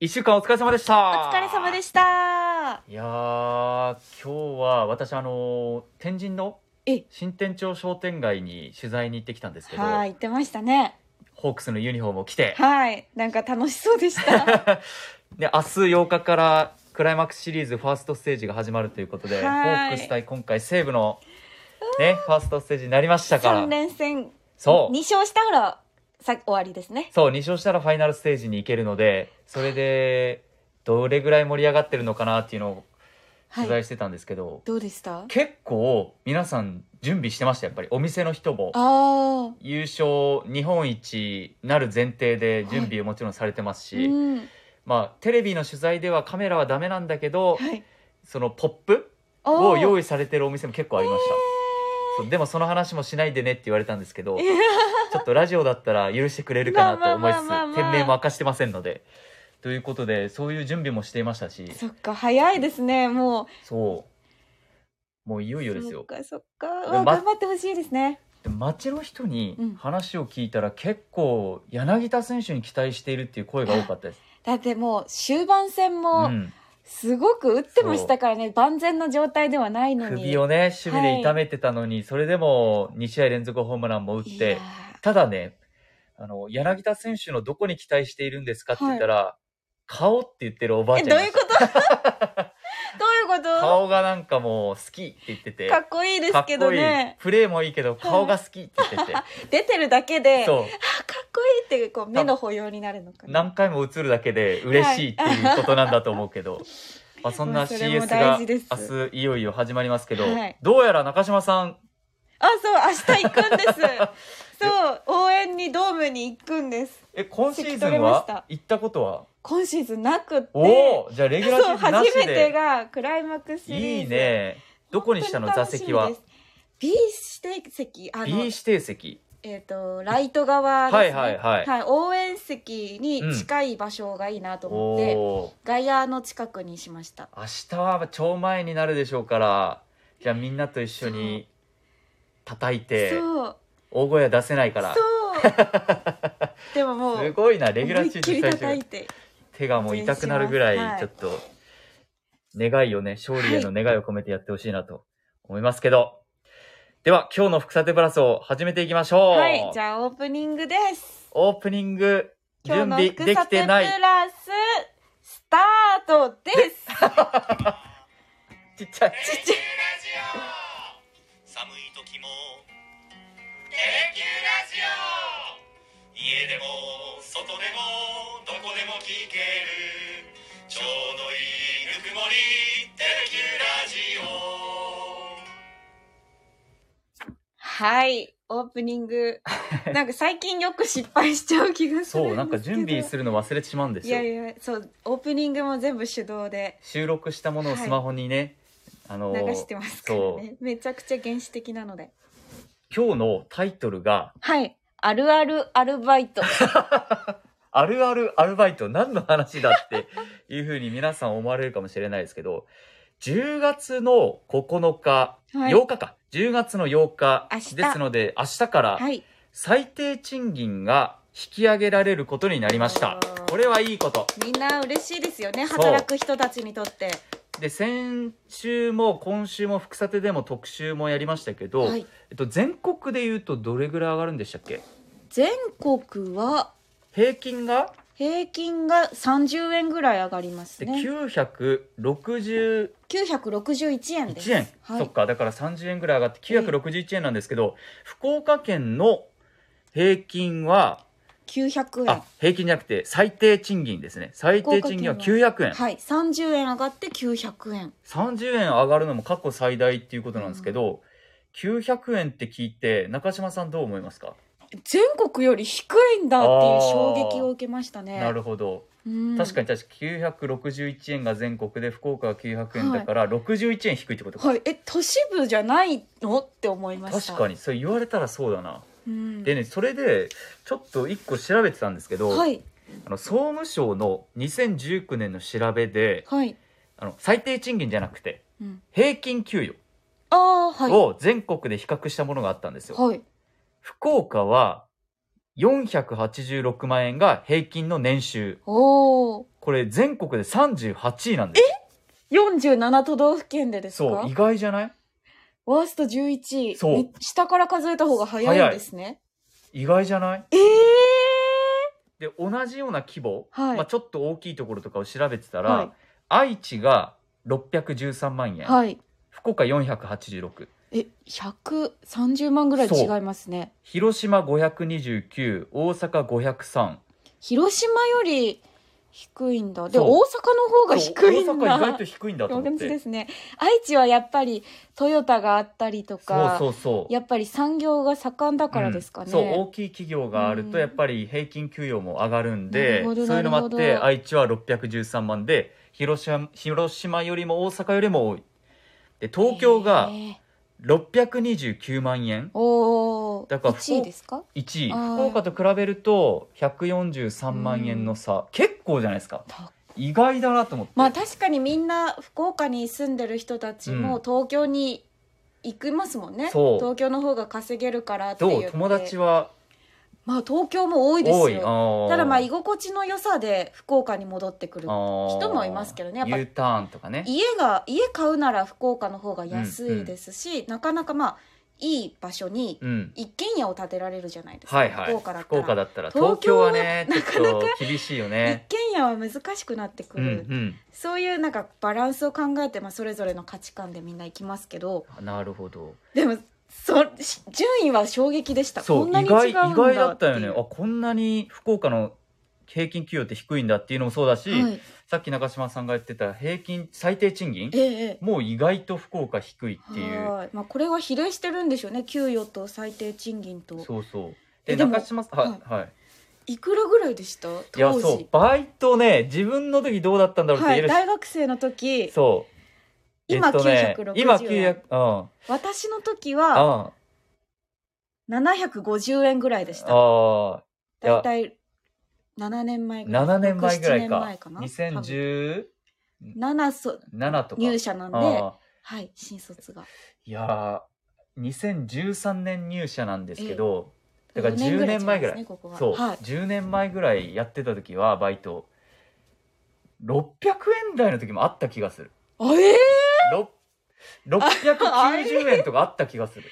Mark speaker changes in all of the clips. Speaker 1: 一週間お疲れ様でした。
Speaker 2: お疲れ様でした。
Speaker 1: いやー、今日は私、あのー天神の
Speaker 2: え
Speaker 1: 新天町商店街に取材に行ってきたんですけど、
Speaker 2: はい、言ってましたね。
Speaker 1: ホークスのユニフォームを着て、
Speaker 2: はい、なんか楽しそう でした。は
Speaker 1: で、明日8日からクライマックスシリーズファーストステージが始まるということで、ホ
Speaker 2: はい
Speaker 1: ークス対今回西武の、ね、ファーストステージになりましたから
Speaker 2: 三、連戦。
Speaker 1: そう
Speaker 2: 二勝したら、さ、終わりですね。
Speaker 1: そう、2勝したらファイナルステージに行けるので、それで、どれぐらい盛り上がってるのかなっていうのを
Speaker 2: は
Speaker 1: 取
Speaker 2: い
Speaker 1: 材。してたんですけど、
Speaker 2: どうでした。あ
Speaker 1: 結構皆さん準備してましたやっぱりお店の人も
Speaker 2: あー。
Speaker 1: 優勝日本一なる前提で準備をもちろんされてますし、
Speaker 2: うん。
Speaker 1: まあテレビの取材ではカメラはダメなんだけど、
Speaker 2: はい。
Speaker 1: そのポップ
Speaker 2: お
Speaker 1: を用
Speaker 2: 意。
Speaker 1: 意されてるお店も結構ありました、そうでもその話もしないでねって言われたんですけどちょっとラジオだったら許してくれるかなと思いつつ
Speaker 2: まあまあまあまあまあ
Speaker 1: 店名も明かしてませんのでということでそういう準備もしていましたし
Speaker 2: そっか、早いですね。もう。
Speaker 1: そうもういよいよです
Speaker 2: そっ
Speaker 1: よ
Speaker 2: か、そっか。う
Speaker 1: で
Speaker 2: わ
Speaker 1: ま
Speaker 2: 頑張ってほしいですね。
Speaker 1: で街の人に
Speaker 2: うん
Speaker 1: 話を聞いたら結構柳田選手に期待しているっていう声が多かったです。
Speaker 2: だってもう終盤戦
Speaker 1: う
Speaker 2: も
Speaker 1: ん、
Speaker 2: すごく打ってましたからね、万全の状態ではないのに
Speaker 1: 首をね守備で痛めてたのに、それでも2試合連続ホームランも打っ
Speaker 2: い
Speaker 1: て
Speaker 2: や
Speaker 1: ただねあの柳田選手のどこに期待しているんですかって言ったら、顔って言ってるおばあ
Speaker 2: ーえ
Speaker 1: ちゃん
Speaker 2: どう
Speaker 1: い
Speaker 2: い
Speaker 1: ま
Speaker 2: う
Speaker 1: した
Speaker 2: こと どういうこと
Speaker 1: 顔がなんかもう好きって言ってて
Speaker 2: かっこいいですけ
Speaker 1: か
Speaker 2: ど
Speaker 1: っこいい
Speaker 2: ね
Speaker 1: プレーもいいけど顔が好きって言ってて、
Speaker 2: 出てるだけで
Speaker 1: そう
Speaker 2: あかっこいいってこう目の保養になるのかな
Speaker 1: 何回も映るだけで嬉しいっていうことなんだと思うけど、まあ、そん
Speaker 2: ま
Speaker 1: な
Speaker 2: あそれ
Speaker 1: CS が
Speaker 2: も大事です
Speaker 1: 明日いよいよ始まりますけど、
Speaker 2: はい
Speaker 1: どうやら中島さん
Speaker 2: あそう明日行くんです そう応援にドームに行くんです
Speaker 1: え今シー
Speaker 2: 席
Speaker 1: ズ
Speaker 2: 取れ
Speaker 1: ン
Speaker 2: ま
Speaker 1: は
Speaker 2: した
Speaker 1: 行ったことは
Speaker 2: 今シーズンなくって
Speaker 1: おおじゃあレギュラーシ
Speaker 2: そ
Speaker 1: ー
Speaker 2: う
Speaker 1: ズンなし
Speaker 2: 初めて
Speaker 1: で
Speaker 2: がクライマックスシリーズ
Speaker 1: いいねどこにしたの
Speaker 2: 本当
Speaker 1: 座
Speaker 2: 楽み
Speaker 1: 席は
Speaker 2: です B 指定席あの
Speaker 1: B 指定席
Speaker 2: えっ、とライト側ですね
Speaker 1: はいはいはい
Speaker 2: 応援席に近い場所がいいなと
Speaker 1: お
Speaker 2: 思って、
Speaker 1: お
Speaker 2: 外野の近くにしました
Speaker 1: ー明日は超前になるでしょうからじゃあみんなと一緒に叩いて
Speaker 2: そう
Speaker 1: 大声は出せないから
Speaker 2: そうでももう
Speaker 1: すごいなレギュラー
Speaker 2: 思い
Speaker 1: シ
Speaker 2: っ
Speaker 1: ー
Speaker 2: き
Speaker 1: ズン最
Speaker 2: り
Speaker 1: 初
Speaker 2: 叩いて
Speaker 1: 手がもう痛くなるぐら
Speaker 2: お願い
Speaker 1: い、
Speaker 2: し
Speaker 1: ちょ
Speaker 2: ま
Speaker 1: っ
Speaker 2: す
Speaker 1: と、願いをね、勝利への願いを込めてやってほしいなと思いますけど。では、今日の福さてプラスを始めていきましょう。
Speaker 2: はいじゃあオープニングです
Speaker 1: オープニング、
Speaker 2: 今日
Speaker 1: 準
Speaker 2: の
Speaker 1: 備
Speaker 2: 福
Speaker 1: で
Speaker 2: さ
Speaker 1: き
Speaker 2: て
Speaker 1: て
Speaker 2: プ
Speaker 1: ない。
Speaker 2: ラススタートです
Speaker 1: ちっちゃい。
Speaker 2: ちっち
Speaker 3: 寒い時も「テレキューラジオ」家でも外でもどこでも聞けるちょうどいいぬくもり「テレキューラジオ」
Speaker 2: はいオープニ ングなんか最近よく失敗しちゃう気がする
Speaker 1: そう、なんか準備す
Speaker 2: る
Speaker 1: るの忘れてしまうんです
Speaker 2: いや
Speaker 1: よ。
Speaker 2: いやそうオープニングも全部手動で
Speaker 1: 収録したものをスマホにね、あの
Speaker 2: 流
Speaker 1: ー、
Speaker 2: してますからねめちゃくちゃ原始的なので
Speaker 1: そう、今日のタイトルが、
Speaker 2: はいあるあるアルバ イト
Speaker 1: あるあるアルバイト何の話だっていうふうに皆さん思われるかもしれないですけど、10月の9日、
Speaker 2: はい
Speaker 1: 8日か、10月の8日
Speaker 2: 明日
Speaker 1: ですので、明日から
Speaker 2: はい
Speaker 1: 最低賃金が引き上げられることになりました
Speaker 2: おー。
Speaker 1: これはいいこと。
Speaker 2: みんな嬉しいですよね
Speaker 1: そう
Speaker 2: 働く人たちにとって
Speaker 1: で、先週も今週も福さてでも特集もやりましたけど、
Speaker 2: はい
Speaker 1: えっと、全国で言うとどれぐらい上がるんでしたっけ
Speaker 2: 全国は
Speaker 1: 平均が
Speaker 2: 平均が30円ぐらい上がります
Speaker 1: で
Speaker 2: ね
Speaker 1: 960
Speaker 2: 961円です
Speaker 1: 1円、
Speaker 2: はい、
Speaker 1: そっかだから30円ぐらい上がって961円なんですけど、福岡県の平均は、
Speaker 2: 900円
Speaker 1: あ平均じゃなくて最低賃金ですね最低賃金は
Speaker 2: 福
Speaker 1: 900円、
Speaker 2: はい30円上がって900円
Speaker 1: 30円上がるのも過去最大っていうことなんですけど、900円って聞いて中島さんどう思いますか、
Speaker 2: 全国より低いんだっていう衝撃を受けましたね
Speaker 1: なるほど、
Speaker 2: うん
Speaker 1: 確かに確かに961円が全国で福岡は900円だから61円低いってことか、
Speaker 2: はいえ都市部じゃないのって思いました
Speaker 1: 確か
Speaker 2: に、
Speaker 1: にそれ言われたらそうだな、
Speaker 2: うん
Speaker 1: でねそれでちょっと一個調べてたんですけど、
Speaker 2: はい
Speaker 1: あの総務省の2019年の調べで
Speaker 2: はい、
Speaker 1: あの最低賃金じゃなくて
Speaker 2: うん、
Speaker 1: 平均給
Speaker 2: ああはい
Speaker 1: 与を全国で比較したものがあったんですよ、
Speaker 2: はい
Speaker 1: 福岡は486万円が平均の年収。
Speaker 2: おお。
Speaker 1: これ全国で38位なんです。
Speaker 2: 47都道府県でです
Speaker 1: そう、
Speaker 2: か
Speaker 1: 意外じゃない
Speaker 2: ワースト11位。
Speaker 1: そう
Speaker 2: め下から数えた方が早いんですね。
Speaker 1: 意外じゃない
Speaker 2: ええ
Speaker 1: で、同じような規模、
Speaker 2: はい
Speaker 1: まあちょっと大きいところとかを調べてたら、
Speaker 2: はい
Speaker 1: 愛知が613万円、
Speaker 2: はい。
Speaker 1: 福岡486、
Speaker 2: え、130万ぐらい違いますね。
Speaker 1: 広島529、大阪503。
Speaker 2: 広島より低いんだ。で、
Speaker 1: そ
Speaker 2: 大
Speaker 1: う
Speaker 2: 阪の方が低いんだ。
Speaker 1: そう大阪意外と低いんだと思っ
Speaker 2: 感じで
Speaker 1: て。
Speaker 2: すね。愛知はやっぱりトヨタがあったりと
Speaker 1: そう
Speaker 2: か、
Speaker 1: そうそう。
Speaker 2: やっぱり産業が盛んだからですかね。
Speaker 1: うんそう大きい企業があると
Speaker 2: うん
Speaker 1: やっぱり平均給与も上がるん
Speaker 2: な
Speaker 1: で、
Speaker 2: るほど
Speaker 1: そういうのもあっ
Speaker 2: なる
Speaker 1: て
Speaker 2: ほど
Speaker 1: 愛知は613万で広島広島よりも大阪よりも多いで東京が
Speaker 2: えー
Speaker 1: 629万円
Speaker 2: おお。
Speaker 1: だから
Speaker 2: 1位ですか？
Speaker 1: 1位
Speaker 2: あー
Speaker 1: 福岡と比べると143万円の差結構じゃないですか
Speaker 2: た
Speaker 1: 意外だなと思って、
Speaker 2: まあ確かにみんな福岡に住んでる人たち
Speaker 1: う
Speaker 2: も
Speaker 1: ん
Speaker 2: 東京に行きますもんね。
Speaker 1: そう
Speaker 2: 東京の方が稼げるからって
Speaker 1: ど
Speaker 2: いうう。
Speaker 1: 友達は
Speaker 2: まあ東京も多いです
Speaker 1: 多い
Speaker 2: よ。
Speaker 1: あー
Speaker 2: ただまあ居心地の良さで福岡に戻ってくる
Speaker 1: あ。ー
Speaker 2: 人もいますけどねやっぱ
Speaker 1: U ターンとかね
Speaker 2: 家が家買うなら福岡の方が安いですし、なかなかまあいい場所に
Speaker 1: うん
Speaker 2: 一軒家を建てられるじゃないですか。
Speaker 1: はいはい
Speaker 2: 福岡だった
Speaker 1: 福
Speaker 2: ら
Speaker 1: 岡だったら東
Speaker 2: 東
Speaker 1: 京
Speaker 2: 京
Speaker 1: は
Speaker 2: は
Speaker 1: ね
Speaker 2: な
Speaker 1: ち
Speaker 2: かな
Speaker 1: ょ
Speaker 2: か
Speaker 1: っと厳しいよ
Speaker 2: 一
Speaker 1: ね
Speaker 2: 軒家は難しくなってく
Speaker 1: う
Speaker 2: る。
Speaker 1: ん
Speaker 2: そういうなんかバランスを考えて、まあ、それぞれの価値観でみんな行きますけど
Speaker 1: うんなるほど
Speaker 2: でもそし順位は衝撃でした
Speaker 1: そ
Speaker 2: こ
Speaker 1: うん
Speaker 2: な
Speaker 1: 意
Speaker 2: に違うんだ
Speaker 1: 外意外だったよね
Speaker 2: ていう
Speaker 1: あこんなに福岡の平均給与って低いんだっていうのもそうだし、
Speaker 2: はい、
Speaker 1: さっき中島さんが言ってた平均最低賃金
Speaker 2: えええ
Speaker 1: もう意外と福岡低いって
Speaker 2: え
Speaker 1: いう
Speaker 2: はいまあ、これは比例してるんでしょうね給与と最低賃金と
Speaker 1: そうそう
Speaker 2: え
Speaker 1: で
Speaker 2: でも
Speaker 1: 中島さんはい、はい、
Speaker 2: いくらぐらいでした
Speaker 1: いや
Speaker 2: 当
Speaker 1: そう
Speaker 2: 時
Speaker 1: バイトね自分の時どうだったんだろうって
Speaker 2: は
Speaker 1: 言え
Speaker 2: い
Speaker 1: るし、
Speaker 2: 大学生の時
Speaker 1: そう
Speaker 2: 今
Speaker 1: えっとね
Speaker 2: 960
Speaker 1: 今
Speaker 2: 円
Speaker 1: 900うん
Speaker 2: 私の時
Speaker 1: あ
Speaker 2: は
Speaker 1: あ
Speaker 2: 750円ぐらいでした
Speaker 1: あいや
Speaker 2: 大体7年前ぐらい
Speaker 1: 7年前ぐらい
Speaker 2: 6 7年前
Speaker 1: か
Speaker 2: かな
Speaker 1: 2017
Speaker 2: 7そ
Speaker 1: とか
Speaker 2: 入社なんで
Speaker 1: ああ
Speaker 2: はい新卒が
Speaker 1: いやー2013年入社なんですけど、だから
Speaker 2: 4
Speaker 1: 10年前ぐ
Speaker 2: 違
Speaker 1: ら
Speaker 2: うん
Speaker 1: い
Speaker 2: ですねここは
Speaker 1: そう、
Speaker 2: はい、
Speaker 1: 10年前ぐらいやってた時はバイト600円台の時もあった気がする
Speaker 2: あええ
Speaker 1: ろ690円とかあった気が する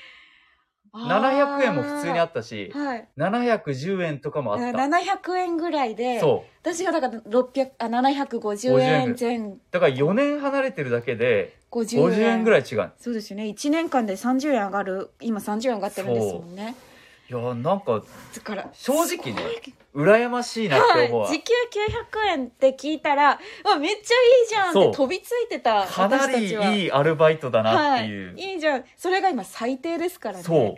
Speaker 1: 700円も普通にあ
Speaker 2: っ
Speaker 1: ったし
Speaker 2: はい
Speaker 1: 710円とかもあった
Speaker 2: 700円ぐらいで
Speaker 1: そう
Speaker 2: 私がだから600あ750円前
Speaker 1: だから4年離れてるだけで
Speaker 2: 50円
Speaker 1: 50円ぐ
Speaker 2: らい
Speaker 1: らい違う
Speaker 2: そうですよね1年間で30円上がる今30円上がってるんですもんね
Speaker 1: いやーなんか
Speaker 2: だから
Speaker 1: 正直ね羨ましいなって思うわ、
Speaker 2: はい、時給900円って聞いたらあめっちゃいいじゃんっ
Speaker 1: そう
Speaker 2: て飛びついてた
Speaker 1: かなり
Speaker 2: 私たちはい
Speaker 1: いアルバイトだなっていう、
Speaker 2: はい、いいじゃんそれが今最低ですからね
Speaker 1: そう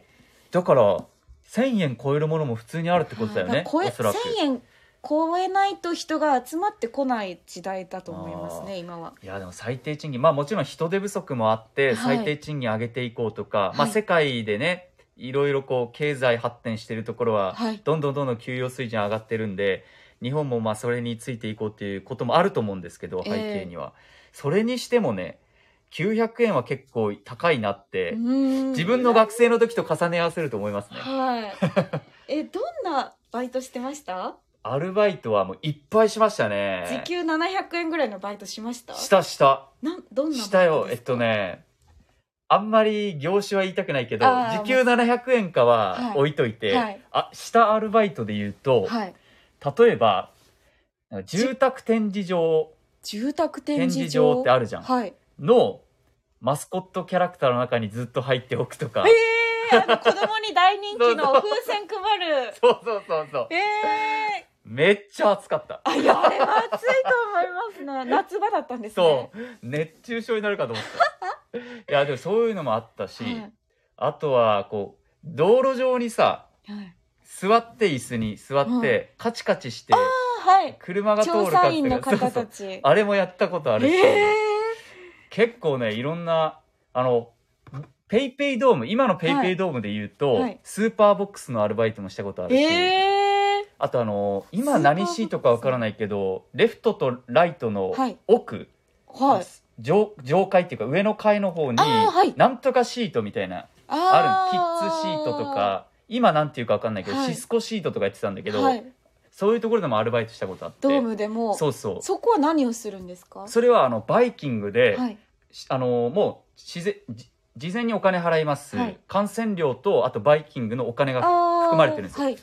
Speaker 1: だから1000円超えるものも普通にあるってことだよ
Speaker 2: は
Speaker 1: ね
Speaker 2: いだから
Speaker 1: お
Speaker 2: 超え
Speaker 1: そらく
Speaker 2: 1000円超えないと人が集まってこない時代だと思いますね今はい
Speaker 1: やでも最低賃金まあもちろん人手不足もあって
Speaker 2: はい
Speaker 1: 最低賃金上げていこうとか、
Speaker 2: はい
Speaker 1: まあ世界でねいろいろこう経済発展してるところは
Speaker 2: はい
Speaker 1: どんどんどんどん給与水準上がってるんで日本もまあそれについていこうっていうこともあると思うんですけど
Speaker 2: え
Speaker 1: 背
Speaker 2: え
Speaker 1: 景には、それにしてもね900円は結構高いなって、自
Speaker 2: 自
Speaker 1: 分の学生の時と重ね合わせると思いますね。
Speaker 2: はいえどんなバイトしてました、
Speaker 1: アルバイトはもういっぱいしましたね。
Speaker 2: 時給700円ぐらいのバイトしました
Speaker 1: したした。
Speaker 2: なんどんなバイトですか
Speaker 1: したよ。えっとね、あんまり業種は言いたくないけど、
Speaker 2: あー
Speaker 1: 時給700円かは
Speaker 2: はい
Speaker 1: 置いといて、
Speaker 2: はい
Speaker 1: あ、したアルバイトで言うと、
Speaker 2: はい
Speaker 1: 例えば、なんか住宅展示場
Speaker 2: 住宅展
Speaker 1: 展示
Speaker 2: 示場
Speaker 1: 場ってあるじゃん
Speaker 2: はい
Speaker 1: のマスコットキャラクターの中にずっと入っておくとか。
Speaker 2: えー、あの子供に 大人気の
Speaker 1: そうそう
Speaker 2: 風船配る
Speaker 1: そうそうそうそう。
Speaker 2: ええ
Speaker 1: めっちゃ暑かった。
Speaker 2: ー、あいやあれは暑いと思い ますね夏場だったんですね
Speaker 1: そう。熱中症になるかと思 った。いや、でもそういうのもあったし、
Speaker 2: はい
Speaker 1: あとは、こう、道路上にさ、
Speaker 2: はい
Speaker 1: 座って椅子に座って、
Speaker 2: は
Speaker 1: カチカチして、
Speaker 2: あはい
Speaker 1: 車が通る
Speaker 2: 調
Speaker 1: か
Speaker 2: 査
Speaker 1: って
Speaker 2: 員の方たち
Speaker 1: あれもやったことあるし、
Speaker 2: え
Speaker 1: 結構ね、いろんな、あの、ペイペイドーム、今のペイペイドームで言うと、
Speaker 2: はいはい
Speaker 1: スーパーボックスのアルバイトもしたことあ
Speaker 2: ー、
Speaker 1: るし、
Speaker 2: え
Speaker 1: あとあの、今何シートかわからないけど、レフトとライトの
Speaker 2: はい
Speaker 1: 奥、
Speaker 2: ー、はい
Speaker 1: 上上階っていうか上の階の方に、
Speaker 2: あーはい
Speaker 1: なんとかシートみたいな、あ
Speaker 2: あ
Speaker 1: るキッズシートとか、今なんていうか分かんないけど、
Speaker 2: はい
Speaker 1: シスコシートとかやってたんだけど、
Speaker 2: はい、
Speaker 1: そういうところでもアルバイトしたことあって
Speaker 2: ドームでも
Speaker 1: そうそうそ
Speaker 2: そこは何をするんですか
Speaker 1: れはあのバイキングで、
Speaker 2: はい
Speaker 1: しあのもう自然じ事前にお金払います、
Speaker 2: はい
Speaker 1: 感染料とあとバイキングのお金が
Speaker 2: 含
Speaker 1: 含まれてるんですよ
Speaker 2: はい、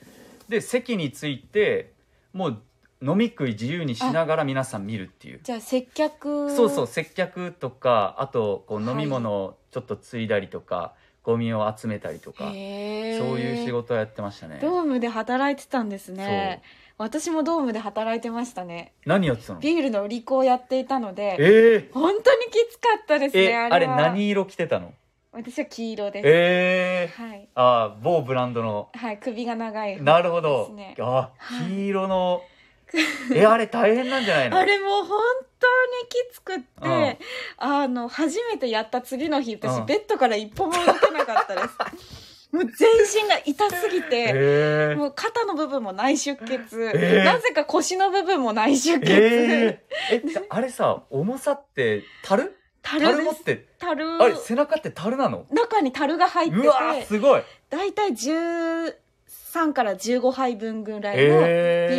Speaker 1: で席についてもう飲み食い自由にしながら皆さん見るっていう
Speaker 2: じゃあ接客
Speaker 1: そうそう接客とかあとこう飲み物をちょっとついだりとか、ゴミを集めたりとか、
Speaker 2: へー
Speaker 1: そういう仕事をやってましたね
Speaker 2: ドームで働いてたんですね私もドームで働いてましたね
Speaker 1: 何やってたの
Speaker 2: ビールの売り子をやっていたので
Speaker 1: えー
Speaker 2: 本当にきつかったですね
Speaker 1: え
Speaker 2: あ
Speaker 1: あ
Speaker 2: れ
Speaker 1: れ
Speaker 2: は
Speaker 1: 何色着てたの
Speaker 2: 私は黄色です、
Speaker 1: えー、
Speaker 2: はい、
Speaker 1: あー某ブランドの
Speaker 2: はい、首が長い
Speaker 1: なるほ
Speaker 2: で
Speaker 1: ど、
Speaker 2: すね
Speaker 1: あ
Speaker 2: はい
Speaker 1: 黄色 の、えあれ大変なんじゃないの
Speaker 2: あれもう本当にきつくって、
Speaker 1: うん
Speaker 2: あの初めてやった次の日私、
Speaker 1: うん
Speaker 2: ベッドから一歩も動けなかったです もう全身が痛すぎて、
Speaker 1: えー
Speaker 2: もう肩の部分も内出血、
Speaker 1: えー
Speaker 2: なぜか腰の部分も内出血、
Speaker 1: えー、えあれさ重さって樽
Speaker 2: 樽
Speaker 1: 樽
Speaker 2: で
Speaker 1: 持っ
Speaker 2: す
Speaker 1: て
Speaker 2: 樽
Speaker 1: あれ背中って樽なの
Speaker 2: 中に樽が入って
Speaker 1: うわー
Speaker 2: て
Speaker 1: すごい
Speaker 2: だいたい13から15杯分ぐらいのビー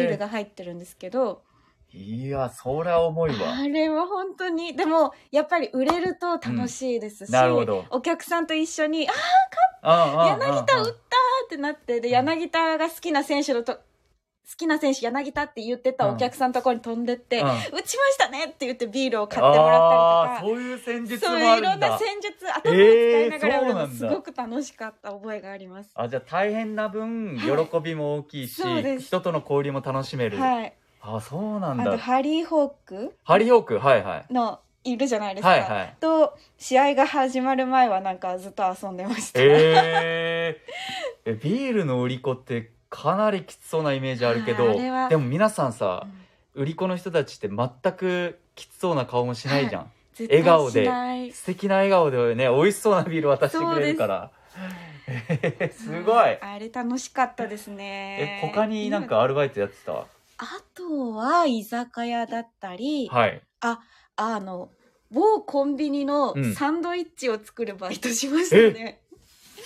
Speaker 2: ル
Speaker 1: え
Speaker 2: が入ってるんですけど、
Speaker 1: ー、いやそりゃ重いわ
Speaker 2: あれは本当にでもやっぱり売れると楽しいですし、
Speaker 1: うんなるほど
Speaker 2: お客さんと一緒に「あー
Speaker 1: 柳
Speaker 2: 柳田打った!」ってなってで柳田が好きな選手のと好きな選手柳田って言ってたお客さんのところに飛んでって「
Speaker 1: うん
Speaker 2: 打ちましたね!」って言ってビールを買ってもらったりとか。
Speaker 1: そういう戦術
Speaker 2: そう
Speaker 1: も
Speaker 2: い
Speaker 1: あ
Speaker 2: ういろ
Speaker 1: るん
Speaker 2: んな
Speaker 1: だ
Speaker 2: 戦術頭を使いながらやる
Speaker 1: えーそうな
Speaker 2: の
Speaker 1: んだ
Speaker 2: すごく楽しかった覚えがあります、
Speaker 1: あじゃあ大変な分喜
Speaker 2: はい
Speaker 1: びも大きいし、
Speaker 2: そうです
Speaker 1: 人との交流も楽しめる、
Speaker 2: はい
Speaker 1: あそうなん
Speaker 2: あと
Speaker 1: だ
Speaker 2: ハリー・ホーク
Speaker 1: ハリーホークはいはい
Speaker 2: のいるじゃないですか、
Speaker 1: はいはい
Speaker 2: と試合が始まる前はなんかずっと遊んでました、
Speaker 1: えー、えビールの売り子ってかなりきつそうなイメージあるけ
Speaker 2: は
Speaker 1: ど
Speaker 2: いあれは
Speaker 1: でも皆さんさ
Speaker 2: うん
Speaker 1: 売り子の人たちって全くきつそうな顔もしないじゃん、
Speaker 2: 絶対
Speaker 1: 笑顔で
Speaker 2: しない
Speaker 1: 素敵な笑顔でね美味しそうなビール渡してくれるから えーすごい
Speaker 2: あれ楽しかったです
Speaker 1: え
Speaker 2: ね
Speaker 1: 他になんかアルバイトやってた
Speaker 2: あとは居酒屋だったり、
Speaker 1: はい
Speaker 2: あの某コンビニの
Speaker 1: うん
Speaker 2: サンドイッチを作るバイトしましたね、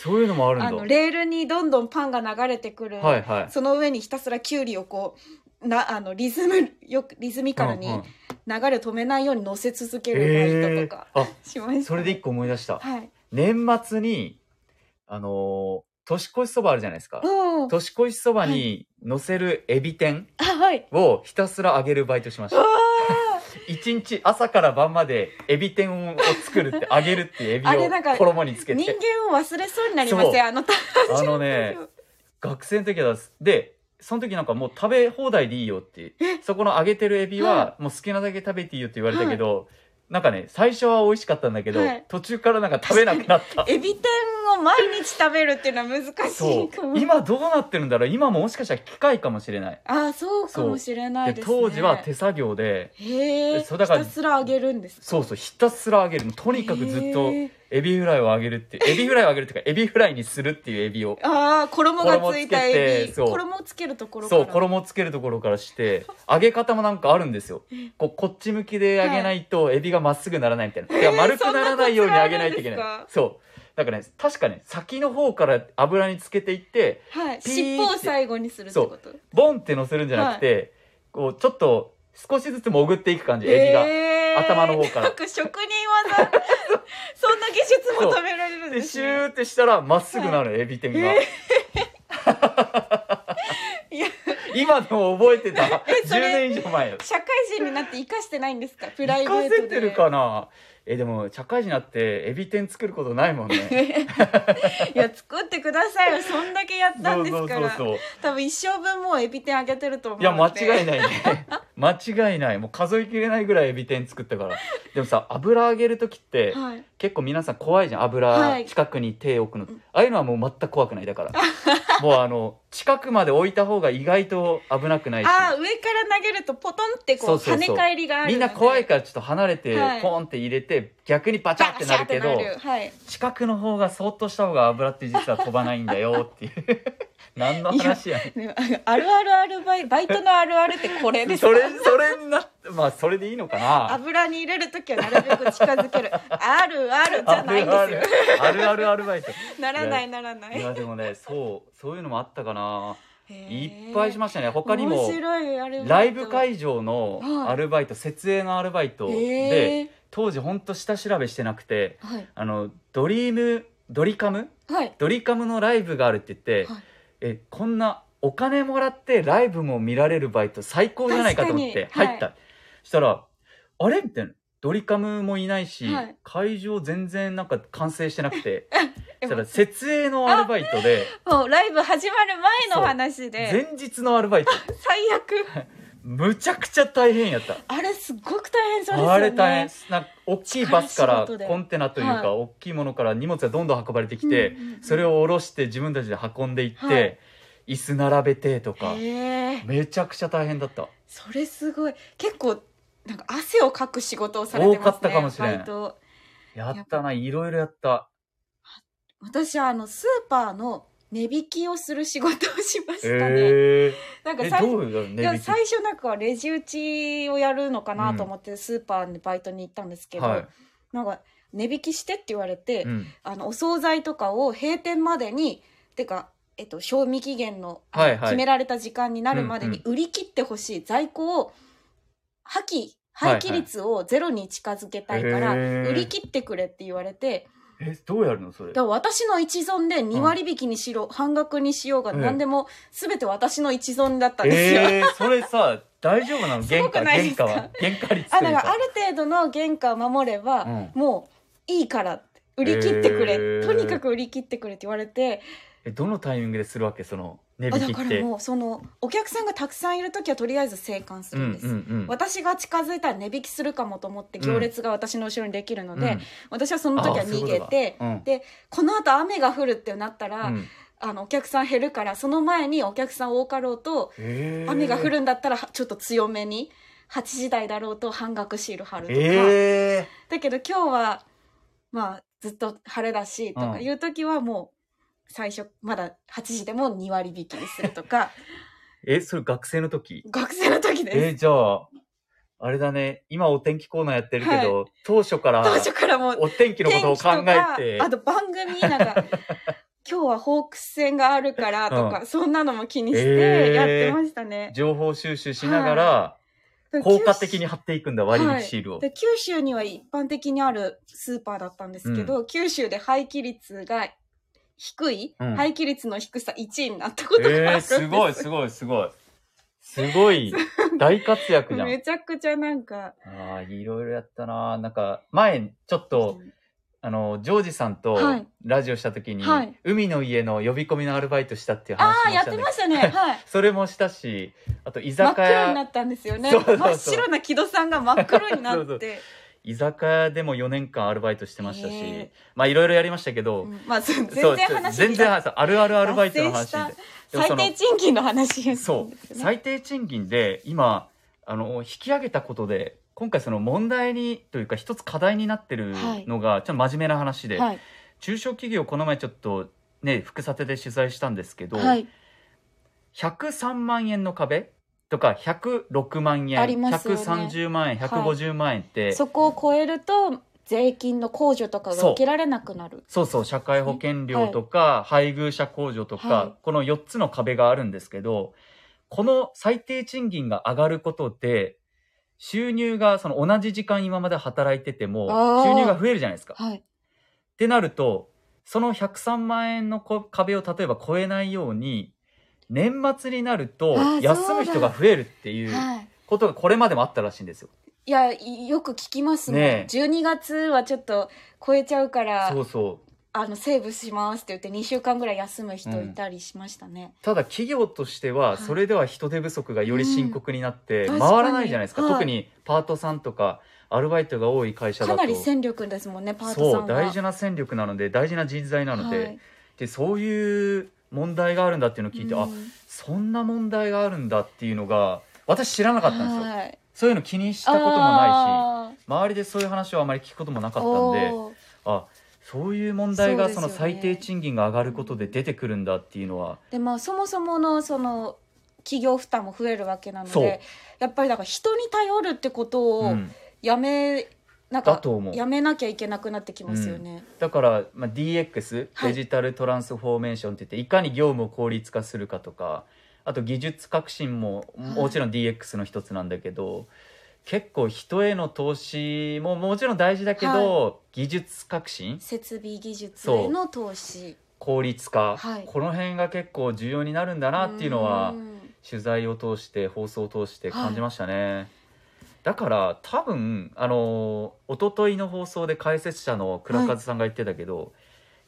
Speaker 1: そういうのもあるんだ
Speaker 2: あのレールにどんどんパンが流れてくる、
Speaker 1: はいはい
Speaker 2: その上にひたすらキュウリをこうなあのリズムよくリズミカル
Speaker 1: うんう
Speaker 2: に
Speaker 1: ん
Speaker 2: 流れ止めないように乗せ続けるバイト
Speaker 1: え
Speaker 2: とか
Speaker 1: ー、あ
Speaker 2: しましたね、
Speaker 1: それで一個思い出した
Speaker 2: はい
Speaker 1: 年末にあのー年越しそばあるじゃないですか
Speaker 2: うん
Speaker 1: 年越しそばに乗せるエビ天
Speaker 2: あはい
Speaker 1: をひたすら揚げるバイトしまし
Speaker 2: うわ
Speaker 1: た一日朝から晩までエビ天を作るって揚げるっていうエビ
Speaker 2: あれなんか
Speaker 1: を衣につ
Speaker 2: ー
Speaker 1: け
Speaker 2: 人
Speaker 1: て
Speaker 2: 間を忘れそうになりませんあの誕
Speaker 1: あの
Speaker 2: 生
Speaker 1: ね
Speaker 2: 日
Speaker 1: 学生の時はでその時なんかもう食べ放題でいいよってそこの揚げてるエビはもう好きなだけ食べていいよって言われたけど、なんかね最初は美味しかったんだけど、
Speaker 2: はい
Speaker 1: 途中からなんか食べなくなった
Speaker 2: エビ天を毎日食べるっていうのは難しい
Speaker 1: そう
Speaker 2: かも
Speaker 1: 今どうなってるんだろう今ももしかしたら機械かもしれない
Speaker 2: あそうかもしれない
Speaker 1: で
Speaker 2: ですね
Speaker 1: 当時は手作業で
Speaker 2: へえひ
Speaker 1: そうだから
Speaker 2: たすら揚げるんです
Speaker 1: そうそうひたすら揚げるとにかくずっと
Speaker 2: へえ
Speaker 1: エビフライを揚げるってエビフライを揚げるっていうかエビフライにするっていうエビを
Speaker 2: ああ衣がついたエ
Speaker 1: 衣つけて
Speaker 2: ビ
Speaker 1: そう
Speaker 2: 衣をつけるところから
Speaker 1: そう衣をつけるところからして揚げ方もなんかあるんですよこうこっち向きで揚げないとエビがまっすぐならないみたいな、いや丸くならないように揚げないといけない
Speaker 2: そんなコツあるんです
Speaker 1: そうだからね確かね先の方から油につけていって
Speaker 2: はい
Speaker 1: ピー
Speaker 2: 尻尾を最後にするってこと
Speaker 1: ボンって乗せるんじゃなくて、こうちょっと少しずつ潜っていく感じエビが、
Speaker 2: へえ
Speaker 1: 頭の方から
Speaker 2: なんか職人 技そんな技術も食べられるん
Speaker 1: で
Speaker 2: で
Speaker 1: シ
Speaker 2: す
Speaker 1: ュ
Speaker 2: ね
Speaker 1: ーってしたらまっすぐなの、エビ天が、
Speaker 2: いや
Speaker 1: 今でも覚えてた10
Speaker 2: えそれ
Speaker 1: 年以上前よ
Speaker 2: 社会人になって生かしてないんですかプライベ
Speaker 1: 行
Speaker 2: ー
Speaker 1: か
Speaker 2: ト
Speaker 1: せ
Speaker 2: で
Speaker 1: てるかなえでも社会人になってエビ天作ることないもんね
Speaker 2: いや作ってくださいよそんだけやったんですから
Speaker 1: そうそう
Speaker 2: 多分一生分もうエビ天あげてると思う
Speaker 1: いや間
Speaker 2: い
Speaker 1: 違いないね 間違いないもう数えきれないぐらいエビ天作ったからでもさ油揚げる時って
Speaker 2: はい、
Speaker 1: 結構皆さん怖いじゃん
Speaker 2: は
Speaker 1: 油
Speaker 2: い
Speaker 1: 近くに手置くの、ああいうのはもう全く怖くないだから もうあの近くまで置いた方が意外と危なくないし
Speaker 2: ああ上から投げるとポトンってこう
Speaker 1: そうそうそう
Speaker 2: 跳ね返りがある
Speaker 1: みんな怖い
Speaker 2: ら
Speaker 1: からちょっと離れて
Speaker 2: はい
Speaker 1: ポンって入れて逆にバチャってなるけど、
Speaker 2: はい、
Speaker 1: 近くの方がそっとした方が油って実は飛ばないんだよっていう 何の話やねん
Speaker 2: ねああるあるあるバイバイトのあるあるってこれですか
Speaker 1: それそれになっまあそれでいいのかな
Speaker 2: 油に入れる時はなるべく近づけるあるあるじゃないん
Speaker 1: あ
Speaker 2: で
Speaker 1: る
Speaker 2: すよ
Speaker 1: あるあるアルバイト
Speaker 2: ならないならない
Speaker 1: いやでもねそうそういうのもあったかな
Speaker 2: へ
Speaker 1: い
Speaker 2: ー
Speaker 1: っぱいしましたね他にも
Speaker 2: 面白いあれ
Speaker 1: ライブ会場の
Speaker 2: はい
Speaker 1: アルバイト、設営のアルバイト
Speaker 2: へ
Speaker 1: で
Speaker 2: ー
Speaker 1: 当時ほんと下調べしてなくて
Speaker 2: はい
Speaker 1: あのドリームドリカム
Speaker 2: はい
Speaker 1: ドリカムのライブがあるって言って、
Speaker 2: はい
Speaker 1: えこんなお金もらってライブも見られるバイト最高じゃないかと思って
Speaker 2: 確かに
Speaker 1: 入った、したらあれみたいなドリカムもいないし、
Speaker 2: はい
Speaker 1: 会場全然なんか完成してなくて
Speaker 2: え
Speaker 1: そしたら設営のアルバイトで
Speaker 2: もうライブ始まる前の話で
Speaker 1: 前日のアルバイト
Speaker 2: 最悪
Speaker 1: むちゃくちゃ大変やった。
Speaker 2: あれすっごく大変そうですよね
Speaker 1: あれ大変なんか大きいバスか
Speaker 2: 力仕事で
Speaker 1: らコンテナというか、
Speaker 2: はい
Speaker 1: 大きいものから荷物がどんどん運ばれてきて、
Speaker 2: うんうんうん
Speaker 1: それを下ろして自分たちで運んでいって、
Speaker 2: はい
Speaker 1: 椅子並べてとか、
Speaker 2: へえ
Speaker 1: めちゃくちゃ大変だった
Speaker 2: それすごい結構なんか汗をかく仕事をされてますね
Speaker 1: 多かったかもしれん
Speaker 2: バイト
Speaker 1: やったないろいろやった
Speaker 2: 私はあのスーパーの値引きをする仕事をしましたね、
Speaker 1: え
Speaker 2: なん
Speaker 1: ー、
Speaker 2: か
Speaker 1: え
Speaker 2: 最
Speaker 1: どういう
Speaker 2: い
Speaker 1: の値
Speaker 2: や
Speaker 1: 引き
Speaker 2: 最初なんかレジ打ちをやるのかなと思ってスーパーにバイトに行ったんですけど、
Speaker 1: はい
Speaker 2: なんか値引きしてって言われて、
Speaker 1: うん
Speaker 2: あのお惣菜とかを閉店までにてか、えっと、賞味期限の
Speaker 1: はいはい
Speaker 2: 決められた時間になるまでに売り切ってほしい在庫を破棄廃棄率をゼロに近づけたいから
Speaker 1: へー
Speaker 2: 売り切ってくれって言われて
Speaker 1: えどうやるのそれ
Speaker 2: だから私の一存で2割引きにしろ半額にしようが
Speaker 1: うん
Speaker 2: 何でも全て私の一存だったんですよ。
Speaker 1: えー、それさ大丈夫なの
Speaker 2: す
Speaker 1: 原
Speaker 2: ご
Speaker 1: 価
Speaker 2: くない
Speaker 1: 原
Speaker 2: です
Speaker 1: 価
Speaker 2: か
Speaker 1: は原価率
Speaker 2: あ
Speaker 1: とい
Speaker 2: だ
Speaker 1: う
Speaker 2: からあ
Speaker 1: か
Speaker 2: る程度の原価を守れば、
Speaker 1: うん
Speaker 2: もういいからって売り切ってくれ、
Speaker 1: へー
Speaker 2: とにかく売り切ってくれって言われて
Speaker 1: えどのタイミングでするわけその値
Speaker 2: あ
Speaker 1: 引
Speaker 2: だ
Speaker 1: き
Speaker 2: か
Speaker 1: っ
Speaker 2: ら
Speaker 1: て
Speaker 2: もうそのお客さんがたくさんいる時はとりあえず生還す
Speaker 1: うん
Speaker 2: る
Speaker 1: うんん
Speaker 2: です、
Speaker 1: うん
Speaker 2: 私が近づいたら値引きするかもと思って行列が私の後ろにできるので、
Speaker 1: うん
Speaker 2: 私はその時は逃げ
Speaker 1: あそういう
Speaker 2: て
Speaker 1: ことかうん
Speaker 2: でこの後雨が降るってなったら、
Speaker 1: うん
Speaker 2: あのお客さん減るからその前にお客さん多かろうと
Speaker 1: えー
Speaker 2: 雨が降るんだったらちょっと強めに8時台だろうと半額シール貼るとか。
Speaker 1: え
Speaker 2: だけど今日はまあずっと晴れだしとか
Speaker 1: うん
Speaker 2: いう時はもう最初まだ8時でも2割引きにするとか
Speaker 1: ー、え、それ学生の時
Speaker 2: 学生の時
Speaker 1: え
Speaker 2: です。
Speaker 1: じゃあ、あれだね、今お天気コーナーやってるけど、当初から
Speaker 2: 当初からもう
Speaker 1: お天気のことを考え
Speaker 2: 天気
Speaker 1: て
Speaker 2: とか、あと番組なんか 今日はホークス戦があるからとか、そんなのも気にして
Speaker 1: えー
Speaker 2: やってましたね。
Speaker 1: 情報収集しながら、
Speaker 2: で
Speaker 1: 効果的
Speaker 2: 九
Speaker 1: に
Speaker 2: 州
Speaker 1: 貼っていくんだ、割引シールを。
Speaker 2: で九州には一般的にあるスーパーだったんですけど、九州で廃棄率が低い、
Speaker 1: うん
Speaker 2: 廃棄率の低さ1位になったことがあるん
Speaker 1: えー、
Speaker 2: ですよ
Speaker 1: すごい、すごい、すごい。すご い、大活躍じゃ
Speaker 2: め
Speaker 1: ん。
Speaker 2: ちゃくちゃなんか、
Speaker 1: ああ、いろいろやったな。なんか、前、ちょっと、あの、ジョージさんと
Speaker 2: はい
Speaker 1: ラジオした時に、
Speaker 2: はい
Speaker 1: 海の家の呼び込みのアルバイトしたっていう話も
Speaker 2: あ
Speaker 1: し
Speaker 2: あ
Speaker 1: た
Speaker 2: や
Speaker 1: んだ
Speaker 2: って
Speaker 1: けど
Speaker 2: ましたね はい
Speaker 1: それもしたし、あと居
Speaker 2: 真っ
Speaker 1: 酒
Speaker 2: 黒にな
Speaker 1: 屋、
Speaker 2: ったんですよね
Speaker 1: そうそうそう
Speaker 2: 真っ白な木戸さんが真っ黒になっ て
Speaker 1: そう居酒屋でも4年間アルバイトしてました
Speaker 2: へ
Speaker 1: し
Speaker 2: え、
Speaker 1: まあいろいろやりましたけど、
Speaker 2: うんまあそ全
Speaker 1: そう
Speaker 2: 然話
Speaker 1: 全然
Speaker 2: が
Speaker 1: 話さあるあるアルバイトの話で
Speaker 2: 脱線し
Speaker 1: でもそ
Speaker 2: 最
Speaker 1: の
Speaker 2: 低賃金の話ですよ
Speaker 1: そ
Speaker 2: ね
Speaker 1: う最低賃金で今あの引き上げたことで今回その問題にというか一つ課題になってるのが、ちょっと真面目な話で、
Speaker 2: はい
Speaker 1: 中小企業この前ちょっとね副査定で取材したんですけど、
Speaker 2: はい
Speaker 1: 103万円の壁とか106万円、
Speaker 2: ありますよね
Speaker 1: 130万円
Speaker 2: はい
Speaker 1: 150万円って、
Speaker 2: そこを超えると税金の控除とかが受けられなくなる
Speaker 1: そうそう、社会保険料とか、配偶者控除とか、
Speaker 2: はい
Speaker 1: この4つの壁があるんですけど、この最低賃金が上がることで、収入がその同じ時間今まで働いてても
Speaker 2: あ、ー
Speaker 1: 収入が増えるじゃないですか。っ
Speaker 2: はい
Speaker 1: てなると、その103万円のこ壁を例えば超えないように、年末になると
Speaker 2: あー
Speaker 1: 休む人が増えるっていう
Speaker 2: はい
Speaker 1: ことがこれまでもあったらしいんですよ。
Speaker 2: いやいよく聞きますね
Speaker 1: ね
Speaker 2: 12月はちょっと超えちゃうから
Speaker 1: そうそう。
Speaker 2: あのセーブしますって言って2週間ぐらい休む人いたりしましたね、
Speaker 1: ただ企業として
Speaker 2: はい
Speaker 1: はそれでは人手不足がより深刻になって
Speaker 2: うん
Speaker 1: 回らないじゃないですか,、
Speaker 2: 確か
Speaker 1: 特
Speaker 2: に
Speaker 1: にパートさんとかアルバイトが多い会社だ
Speaker 2: か
Speaker 1: と
Speaker 2: なり戦力ですもんねパートさ
Speaker 1: そ
Speaker 2: ん
Speaker 1: う
Speaker 2: が
Speaker 1: 大事な戦力なので大事な人材なので,、
Speaker 2: はい
Speaker 1: でそういう問題があるんだっていうのを聞いて、
Speaker 2: うん
Speaker 1: あそんな問題があるんだっていうのが私知らなかったんですよ、
Speaker 2: はい
Speaker 1: そういうの気にしたこともないし周りでそういう話をあまり聞くこともなか
Speaker 2: あー
Speaker 1: ったんで
Speaker 2: おー
Speaker 1: あそういう問題
Speaker 2: そう
Speaker 1: が
Speaker 2: です
Speaker 1: そ
Speaker 2: よね
Speaker 1: の最低賃金が上がることで出てくるんだっていうのは
Speaker 2: でまあそもそものその企業負担も増えるわけなの
Speaker 1: そう
Speaker 2: でやっぱりだから人に頼るってこと
Speaker 1: う
Speaker 2: を
Speaker 1: ん、
Speaker 2: やめな
Speaker 1: だ
Speaker 2: んか
Speaker 1: と思う
Speaker 2: やめなきゃいけなくなってきますよね。
Speaker 1: だから、まあ、DX
Speaker 2: はい
Speaker 1: デジタルトランスフォーメーションっていって、い、かに業務を効率化するかとかあと技術革新も
Speaker 2: はい
Speaker 1: もちろん DX の一つなんだけど、結構人への投資ももちろん大事だけど、技術革新
Speaker 2: 設備技術への投資
Speaker 1: 効率化、
Speaker 2: はい
Speaker 1: この辺が結構重要になるんだなっていうのは取材を通して放送を通して感じましたね、だから多分あの一昨日の放送で解説者の倉和さんが言ってたけど、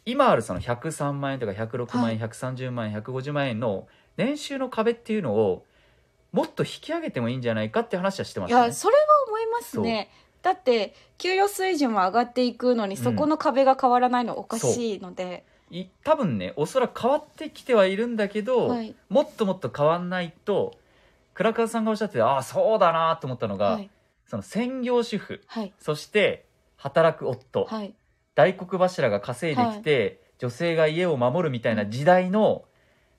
Speaker 1: 今あるその103万円とか106万円、130万円150万円の年収の壁っていうのをもっと引き上げてもいいんじゃないかって話はしてま
Speaker 2: い
Speaker 1: した
Speaker 2: や
Speaker 1: ね。
Speaker 2: それは思いますねだって給与水準も上がっていくのにそこの壁が変わらないのおかしいので、
Speaker 1: い多分ねおそらく変わってきてはいるんだけど、
Speaker 2: はい
Speaker 1: もっともっと変わんないと倉和さんがおっしゃっててああそうだなと思ったのが、
Speaker 2: はい
Speaker 1: その専業主婦
Speaker 2: はい
Speaker 1: そして働く夫、
Speaker 2: はい
Speaker 1: 大黒柱が稼いできて、女性が家を守るみたいな時代の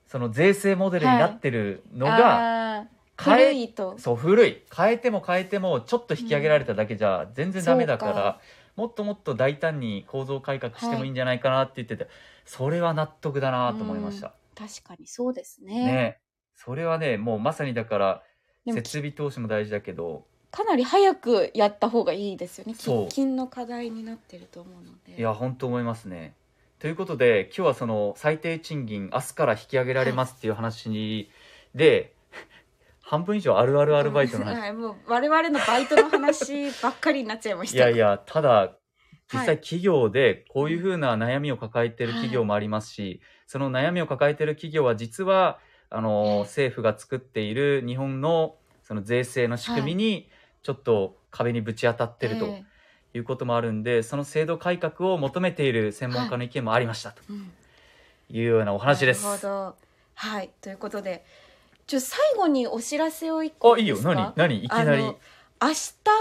Speaker 1: その税制モデルになってるのが、
Speaker 2: あー
Speaker 1: 変え
Speaker 2: 古いと
Speaker 1: そう古い変えても変えてもちょっと引き上げられただけじゃ全然ダメだから、
Speaker 2: そうか
Speaker 1: もっともっと大胆に構造改革してもいいんじゃないかなって言ってて、それは納得だなと思いました、
Speaker 2: 確かにそうですね
Speaker 1: ねそれはねもうまさにだから
Speaker 2: でも
Speaker 1: 設備投資も大事だけど
Speaker 2: かなり早くやった方がいいですよね
Speaker 1: そう
Speaker 2: 喫緊の課題になってると思うので
Speaker 1: いや本当思いますねということで今日はその最低賃金明日から引き上げられますっていう話に、で半分以上あるあるアルバイトの話、
Speaker 2: はい、もう我々のバイトの話ばっかりになっちゃいまし
Speaker 1: いや
Speaker 2: た
Speaker 1: いやただ実
Speaker 2: は
Speaker 1: 際
Speaker 2: い
Speaker 1: 企業でこういうふうな悩みを抱えてる企業もありますし、その悩みを抱えてる企業は実はあの政府が作っている日本のその税制の仕組みにちょっと壁にぶち当たってると
Speaker 2: え
Speaker 1: いうこともあるんで、その制度改革を求めている専門家の意見もありましたと
Speaker 2: えうん
Speaker 1: いうようなお話です。
Speaker 2: なるほど。はい、ということで、ちょ最後にお知らせを一個
Speaker 1: あ、いいよ。
Speaker 2: ですか
Speaker 1: 何何いきなり。
Speaker 2: あ
Speaker 1: は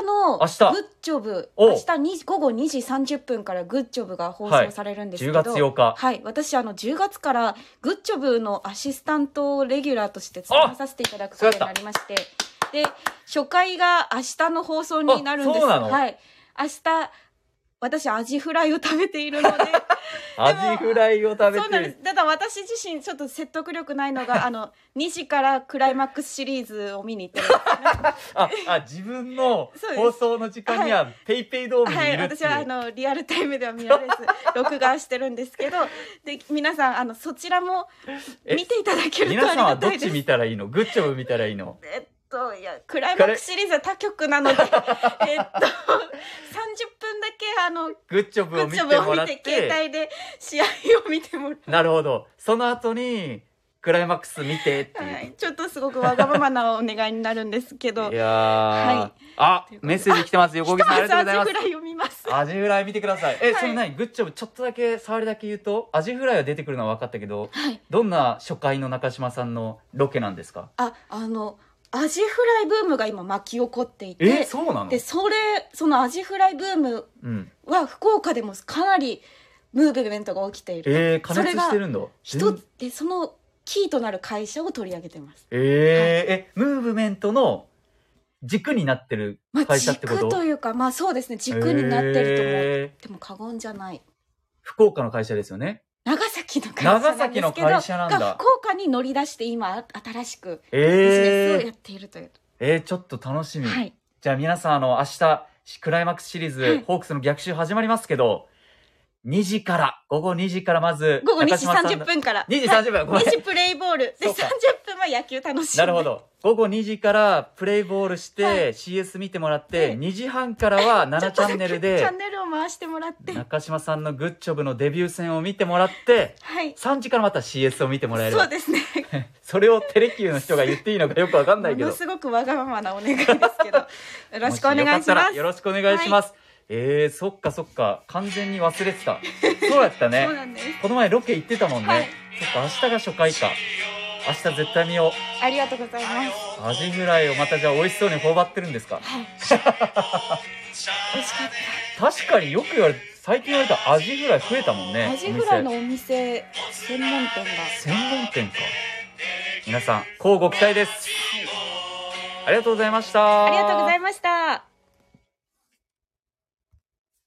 Speaker 2: の明日のグ
Speaker 1: 明日
Speaker 2: ッジョブ、
Speaker 1: お
Speaker 2: 明日に午後2時30分からグッジョブが放
Speaker 1: はい
Speaker 2: 送されるんですけ
Speaker 1: 10
Speaker 2: ど、
Speaker 1: 月8日。
Speaker 2: はい、私あの10月からグッジョブのアシスタントをレギュラーとして務めさせていただくことになりまして、で初回が明日の放送になるんです。
Speaker 1: あそうなの
Speaker 2: はい、明日私アジフライを食べて いるので。
Speaker 1: アジフライを食べ
Speaker 2: そう
Speaker 1: て
Speaker 2: なんで
Speaker 1: る
Speaker 2: す。。ただ私自身ちょっと説得力ない のがあの2時からクライマックスシリーズを見に行ってるん です
Speaker 1: あ、あ、自分の
Speaker 2: そうです
Speaker 1: 放送の時間にはペイペイドームに
Speaker 2: はいい、
Speaker 1: るって
Speaker 2: 私
Speaker 1: いう。
Speaker 2: はあのリアルタイムでは 見られず録画してるんですけど、で皆さんあのそちらも
Speaker 1: え
Speaker 2: 見ていただけると
Speaker 1: 皆
Speaker 2: あり
Speaker 1: さんは
Speaker 2: が
Speaker 1: ど
Speaker 2: た
Speaker 1: っ
Speaker 2: いで
Speaker 1: ち
Speaker 2: す。
Speaker 1: 見たらいいのグッジョブ見たらいいの
Speaker 2: えっといやクライマックスシリーズは他 局なのでえっと30分だけあの
Speaker 1: グッジョ
Speaker 2: グ
Speaker 1: ブを
Speaker 2: ッ
Speaker 1: 見
Speaker 2: ジ
Speaker 1: て
Speaker 2: ョブ
Speaker 1: も
Speaker 2: を
Speaker 1: らっ
Speaker 2: 見
Speaker 1: て
Speaker 2: て携帯で試合を見てもらう
Speaker 1: なるほど。その後に、クライマックス見てっていう。
Speaker 2: はい、ちょっとすごくわがままなお願いになるんですけど
Speaker 1: い、やー、
Speaker 2: はい
Speaker 1: あ、メッセージ来てます。横木さんありがとうございます
Speaker 2: ひとまずアジフ。ライを見ます。
Speaker 1: アジフライ見てください。え、
Speaker 2: はい
Speaker 1: それ何グッジョブちょっとだけ触りだけ言うと、アジフライは出てくるのは分かったけど、
Speaker 2: はい。
Speaker 1: どんな初回の中島さんのロケなんですか
Speaker 2: あ、あの、アジフライブームが今巻き起こってい
Speaker 1: え
Speaker 2: て、
Speaker 1: そうなの
Speaker 2: で、それ、そのアジフライブーム
Speaker 1: うん、
Speaker 2: は福岡でもかなりムーブメントが起きている。
Speaker 1: えー、加熱してるんだ
Speaker 2: 一
Speaker 1: 全
Speaker 2: つで、そのキーとなる会社を取り上げてます。
Speaker 1: えーえムーブメントの軸になってる
Speaker 2: まあ、
Speaker 1: 会社ってこ
Speaker 2: 軸
Speaker 1: と、
Speaker 2: というか、まあそうですね、軸になってると思っ
Speaker 1: えー
Speaker 2: ても過言じゃない。
Speaker 1: 福岡の会社ですよね
Speaker 2: 長崎の会社なんですけど
Speaker 1: 長崎の会社なんだ
Speaker 2: が福岡に乗り出して今新しくビジネスを
Speaker 1: え
Speaker 2: や
Speaker 1: ー、
Speaker 2: っているという、
Speaker 1: えー、ちょっと楽しみ、
Speaker 2: はい
Speaker 1: じゃあ皆さんあの明日クライマックスシリーズ、
Speaker 2: はい
Speaker 1: ホークスの逆襲始まりますけど2時から午後2時からまず
Speaker 2: 午後2
Speaker 1: 中
Speaker 2: 時
Speaker 1: 島さんの
Speaker 2: 30分から
Speaker 1: 2時30分ごめん
Speaker 2: 2時プレイボールで
Speaker 1: そう
Speaker 2: 30
Speaker 1: か
Speaker 2: 分は野球楽しんで
Speaker 1: なるほど。午後2時からプレイボールして、
Speaker 2: はい
Speaker 1: CS 見てもらっ
Speaker 2: は
Speaker 1: て、
Speaker 2: い
Speaker 1: 2時半から は7チャンネル
Speaker 2: チ
Speaker 1: で
Speaker 2: ャン、ネルを回してもらっては
Speaker 1: 中島さんのグッジョブのデビュー戦を見てもらって、
Speaker 2: い
Speaker 1: 3時からまた CS を見てもらえる。
Speaker 2: そうですね
Speaker 1: それをテレキューの人が言っていいのかよくわかんない
Speaker 2: も
Speaker 1: けど。
Speaker 2: の
Speaker 1: よ
Speaker 2: すごくわがままなお願いですけどよろしくお願
Speaker 1: か
Speaker 2: い
Speaker 1: っ
Speaker 2: したま
Speaker 1: ら
Speaker 2: す
Speaker 1: よろしくお願いします。えー、そっかそっか。完全に忘れてた。そうだった
Speaker 2: そうな
Speaker 1: ね。
Speaker 2: んです
Speaker 1: この前ロケ行ってたもんね。
Speaker 2: はい
Speaker 1: そっか、明日が初回か。明日絶対見よ
Speaker 2: ありがとうございます
Speaker 1: う。アジフライをまたじゃあ美味しそうに頬張ってるんですか
Speaker 2: 美味しかっ
Speaker 1: 確かによく言われ最近言われたアジフライ増えたもんね
Speaker 2: たアジフライの
Speaker 1: お
Speaker 2: お店専門店が
Speaker 1: 店専門店か皆さん、乞うご期待です。ありがとうございました。
Speaker 2: ありがとうござい
Speaker 1: ま
Speaker 2: ました。